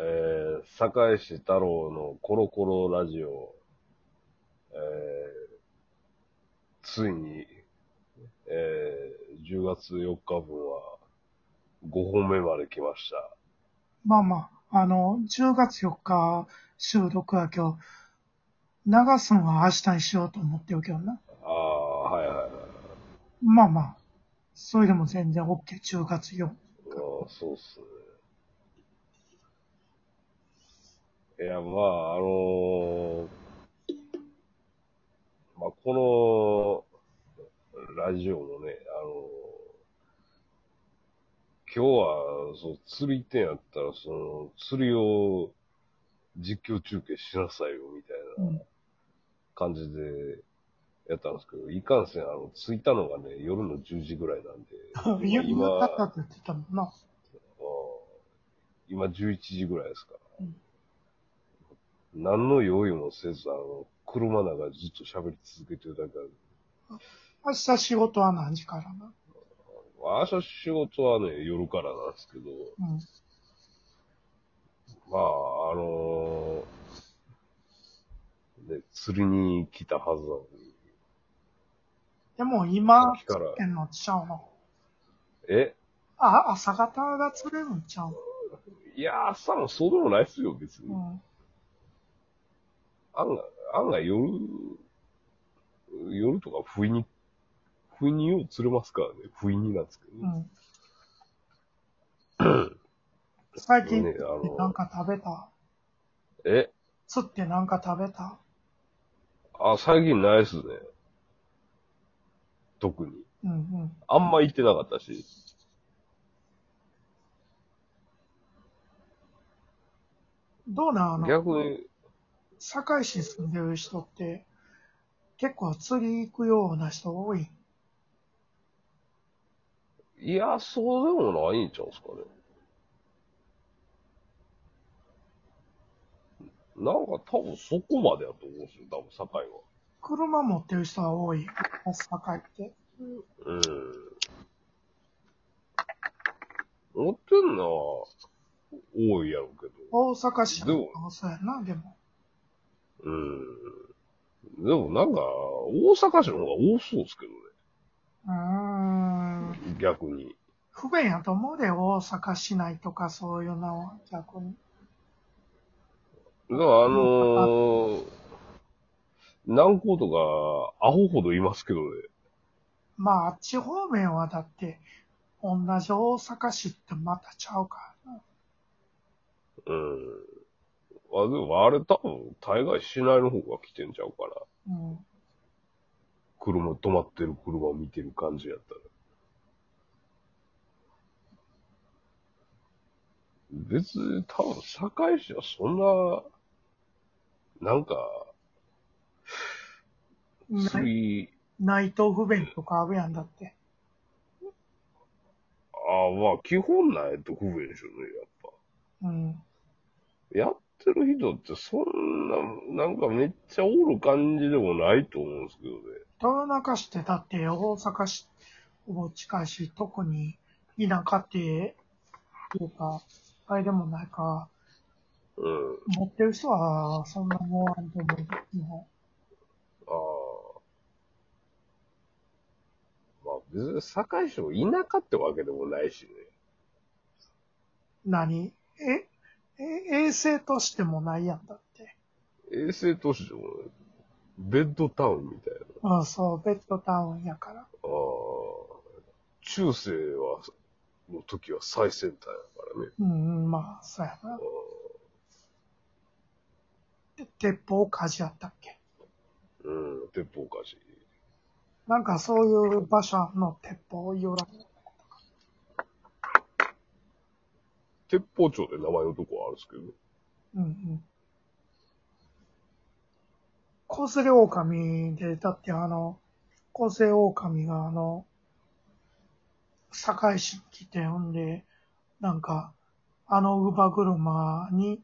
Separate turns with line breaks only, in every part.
えー、堺市太郎のコロコロラジオ、えー、ついに、えー、10月4日分は5本目まで来ました。
まあまあ、あの、10月4日収録は今日、流すのは明日にしようと思ってるけどな。
ああ、はいはいはい。
まあまあ、それでも全然 OK、10月4。
ああ、そうっすね。いや、まあ、あのーまあ、この、ラジオもね、あのー今日は、そう、釣り店やったら、その、釣りを実況中継しなさいよ、みた
う。、
いなん感じでやったんですけど、いかんせん、あの、着いたのがね、夜の10時ぐらいなんで
言うなかったって言ってたもんな。
うん今11時ぐらいですから。
うん
何の用意もせず、あの、車の中でずっと喋り続けてるだけなんで
明日仕事は何時からな。
明日仕事はね、夜からなんですけど、
うん。
まあ、あのね、釣りに来たはずなのに、
でも今、
秋から
作ってんのちゃうの。
え
あ、朝方が釣れるんちゃう
いや、朝もそうでもないっすよ、別に。
の。
案外、案外夜、夜とか不意に、不意によう釣れますからね、不意になんですけど、
う ん。うん。最近、
ねあの
なんか食べた
え
釣ってなんか食べた
あ、最近ないっすね。特に。
うんうん。
あんま行ってなかったし。
どうなんあの、
逆に、
堺市住んでる人って、結構釣り行くような人多い。
いや、そうでもないんちゃうんすかね。なんか多分そこまでやと思うんですよ、多分、堺は。
車持ってる人は多い。堺って。
うん。持ってんのは多いやろうけど。
大阪市
でも
もそうやな、でも。
うん。でもなんか、大阪市の方が多そうですけど
うーん。
ね。逆に。
不便やと思うで、大阪市内とかそういうのは逆に。
だから、あのー、南高とか、アホほどいますけどね。
まあ、あっち方面はだって、同じ大阪市ってまたちゃうからな。
うん。あ、でも、あれ多分、大概市内の方が来てんちゃうから。
うん。
車、止まってる車を見てる感じやったら。別に、多分、堺市はそんな、なんか、
な
次、
内藤不便とかあるやんだって。
あまあ、基本ないと不便でしょうね、やっぱ。
うん。
やってる人ってそんな、なんかめっちゃおる感じでもないと思うんですけどね。
豊中市ってだって大阪市も近いし、特に田舎って、っていうか、あれでもないか、
うん。
持ってる人はそんなもんあると思う。日本
ああ。まあ別に堺市も田舎ってわけでもないしね。
何え、え、衛生としてもないやんだって。
衛星都市でもない。ベッドタウンみたいな。
うん、そう、ベッドタウンやから。
ああ。中世は、の時は最先端やからね。
うん、うん、まあ、そうや
あ。
な
あ
で鉄砲火事やったっけ
うん、鉄砲火事。
なんかそういう場所の鉄砲よら
鉄砲町で名前のとこはあるんですけど。
うんうん。コウセレオオカミで、だってあの、コウセレオオカミがあの、堺市に来て、ほんで、なんか、あの乳母車に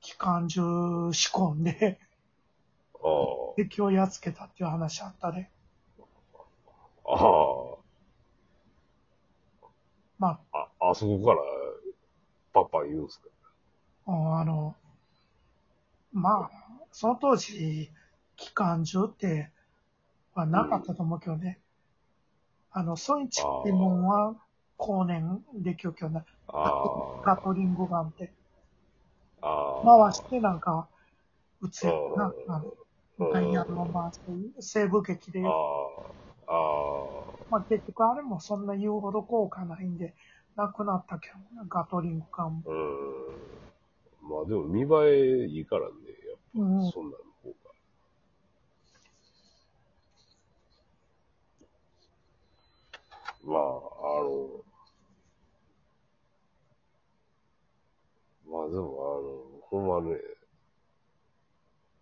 機関銃仕込んで、
ああ。
敵をやっつけたっていう話あったで。
あ
まあ、
あ、あ、あそこから、パンパン言うんすか
うんあの、まあ、その当時、機関銃って、はなかったと思うけどね。あの、ソイチってもんは、後年できるけどな。
あ
ガ
あ。
トリングガンって。
ああ。
回してなんか、撃つやつな。あ
う
の、
ん
ダイヤの回して、西部劇で
あ。ああ。
まあ結局あれもそんな言うほど効果ないんで、なくなったけどな、ガトリングガンも。
うん。まあでも見栄えいいからね。
うん
やっ
うん
ぱ、そんなの方が。まあ、あの、まあでもあの、ほんまね、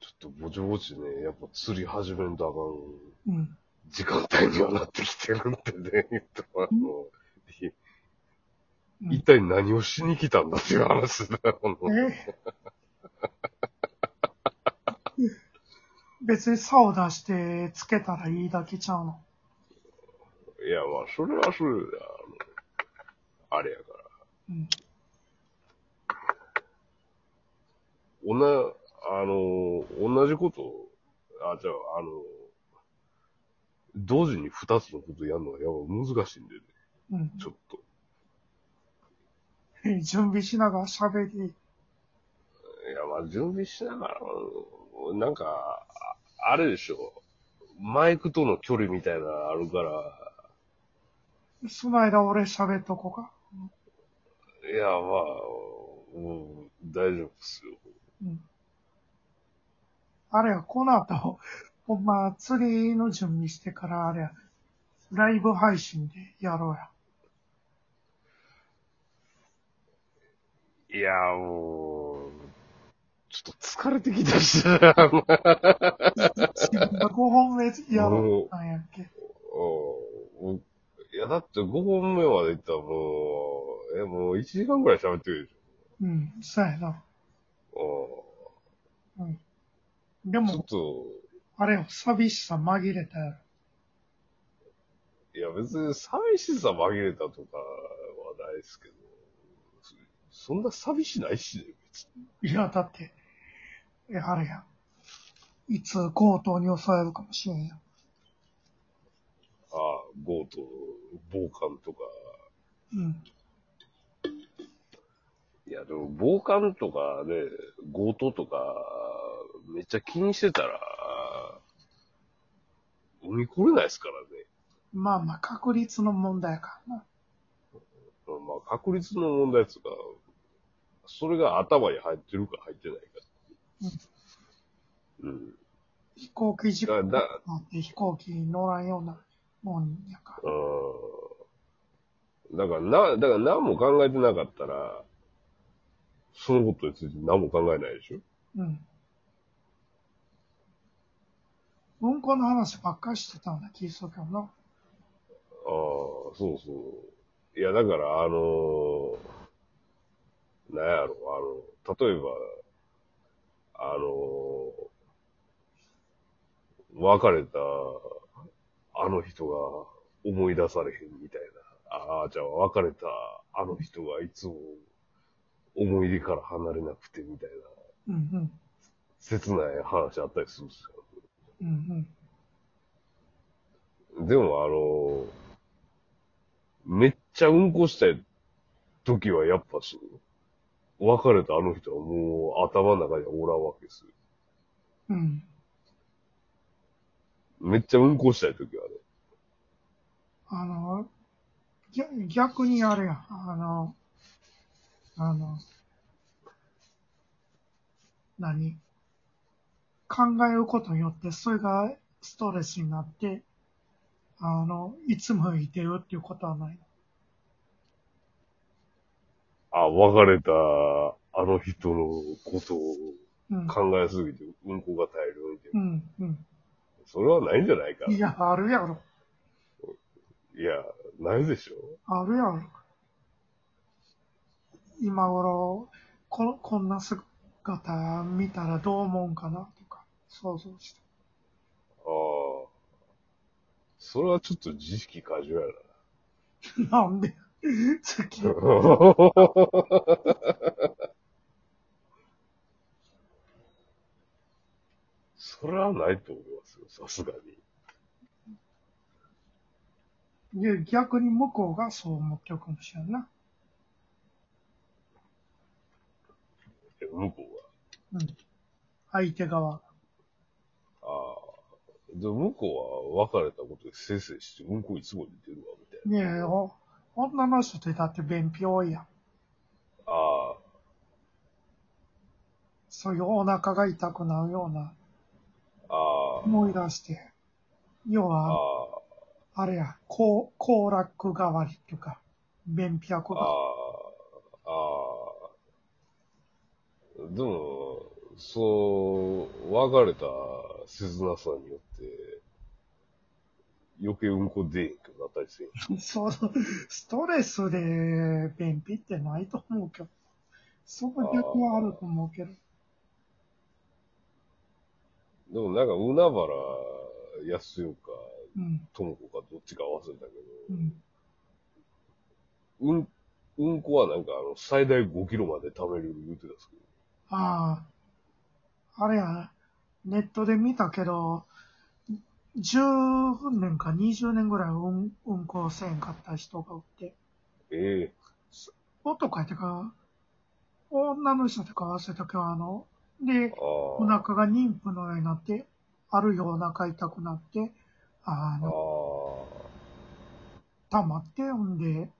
ちょっとぼちぼちね、やっぱ釣り始めんとあかん。
うん。
時間帯にはなってきてるんでね、言っても、あの、い
うん
一体何をしに来たんだっていう話だよ。あの
え 別に竿を出してつけたらいいだけちゃうの。
いや、まあ、それはそれで、あの、あれやから。
うん。
おな、あの、同じことを、あ、じゃあ、あの、同時に二つのことやるのはやっぱ難しいんでね、
うん
ちょっと。
え。準備しながら喋り。
いや、まあ、準備しながら、なんか、ああれでしょ。マイクとの距離みたいなのあるから、
その間俺喋っとこうか。
いや、まあ、もう大丈夫ですよ。
うん。あれや、この後、ほんま釣りの準備してからあれや、ライブ配信でやろうや。
いや、もう、ちょっと疲れてきたし、 も
5本目やろうなんやっけ。
ういや、だって5本目まで行ったらもう、え、もう1時間ぐらい喋ってるでし
うん、そうやな。
ょ。
うん。で
うんちょ
も
っ、と、
あれよ、寂しさ紛れたやろ。
いや、別に寂しさ紛れたとかはないですけど、そそんな寂しないしね、別に。
いや、だって、いや、あれやん。いつ強盗に襲えるかもしれんやん。
ああ、強盗、暴漢とか。
うん。
いや、でも、防寒とかね、強盗とか、めっちゃ気にしてたら、海来れないですからね。
まあまあ、確率の問題やからな。
まあ、確率の問題っつうか、それが頭に入ってるか入ってないか。うん。
飛行機事故
だ、だ、
なって飛行機乗らんようなもんやから。
うん。だから、な、だから何も考えてなかったら、そのことについて何も考えないでしょ
うん。うんこの話ばっかりしてたんだ、気するけどな。
ああ、そうそう。いや、だから、あのー、なんやろ、あの、例えば、あのー、別れた、あの人が思い出されへんみたいな。ああ、じゃあ別れたあの人がいつも思い出から離れなくてみたいな、
うんうん。
切ない話あったりするんですよ。
うんうん。
でもあの、めっちゃうんこしたい時はやっぱす、別れたあの人はもう頭の中にはおらんわけですよ。
うん。
めっちゃうんこしたい時はね。
あの、ぎゃ逆にあれや、あの、あの、何考えることによって、それがストレスになって、あの、いつもいてるっていうことはない。
あ、別れたあの人のことを
うん。
考えすぎてうんこが大量に出る
うん、うん。
それはないんじゃないか。
いや、あるやろ。
いや、ないでしょ。
あるやろ。今頃、ここんな姿見たらどう思うんかなとか、想像して。
ああ。それはちょっと自意識過剰やな。
なんで、好き。
いそれはないと思いますよ、さすがに。
で逆に向こうがそう思ってるかもしれんな。
え向こ
うん。相手側。
うは。ああ。で、向こうは別れたことでせいせいして、うんこいつも出てるわ、みたい
ねえ、お女の人ってだって便秘多いやん。
な。ああ。
そういうお腹が痛くなるような
ああ。
思い出して。要
あ
は、あれや、こう、行楽代わりっていうか、便秘薬
あ。あ
が。
あ。ああ。でも、そう、別れた切なさによって、余計うんこ出えへんくなったりせん。
そう、ストレスで便秘ってないと思うけど、そこ逆はあると思うけど、
でもなんか、海原康代か、
うん、
智子か、どっちか忘れたけ
う
ど、う
ん。
ん、うんこはなんか、あの、最大5キロまで貯める言うてたんですけ
ああ、あれや、ネットで見たけど、10年か20年ぐらいうん、うんこせんかった人がおって、
ど、ええ
男やってか、女の人とか忘れたけど、あの、で、お
ああ、
腹が妊婦のようになって、あるよお腹痛くなって、あ
ああ
の、、溜まって、ほんで、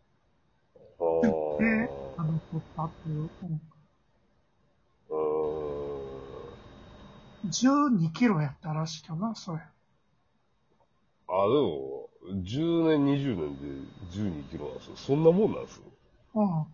あ
で、あ
あ、
の、取ったっていう、うん
うーん、
12キロやったらしいけどな、それ。
あ、でも、10年、20年で12キロなんですよ。そんなもんなんですよ。
うん。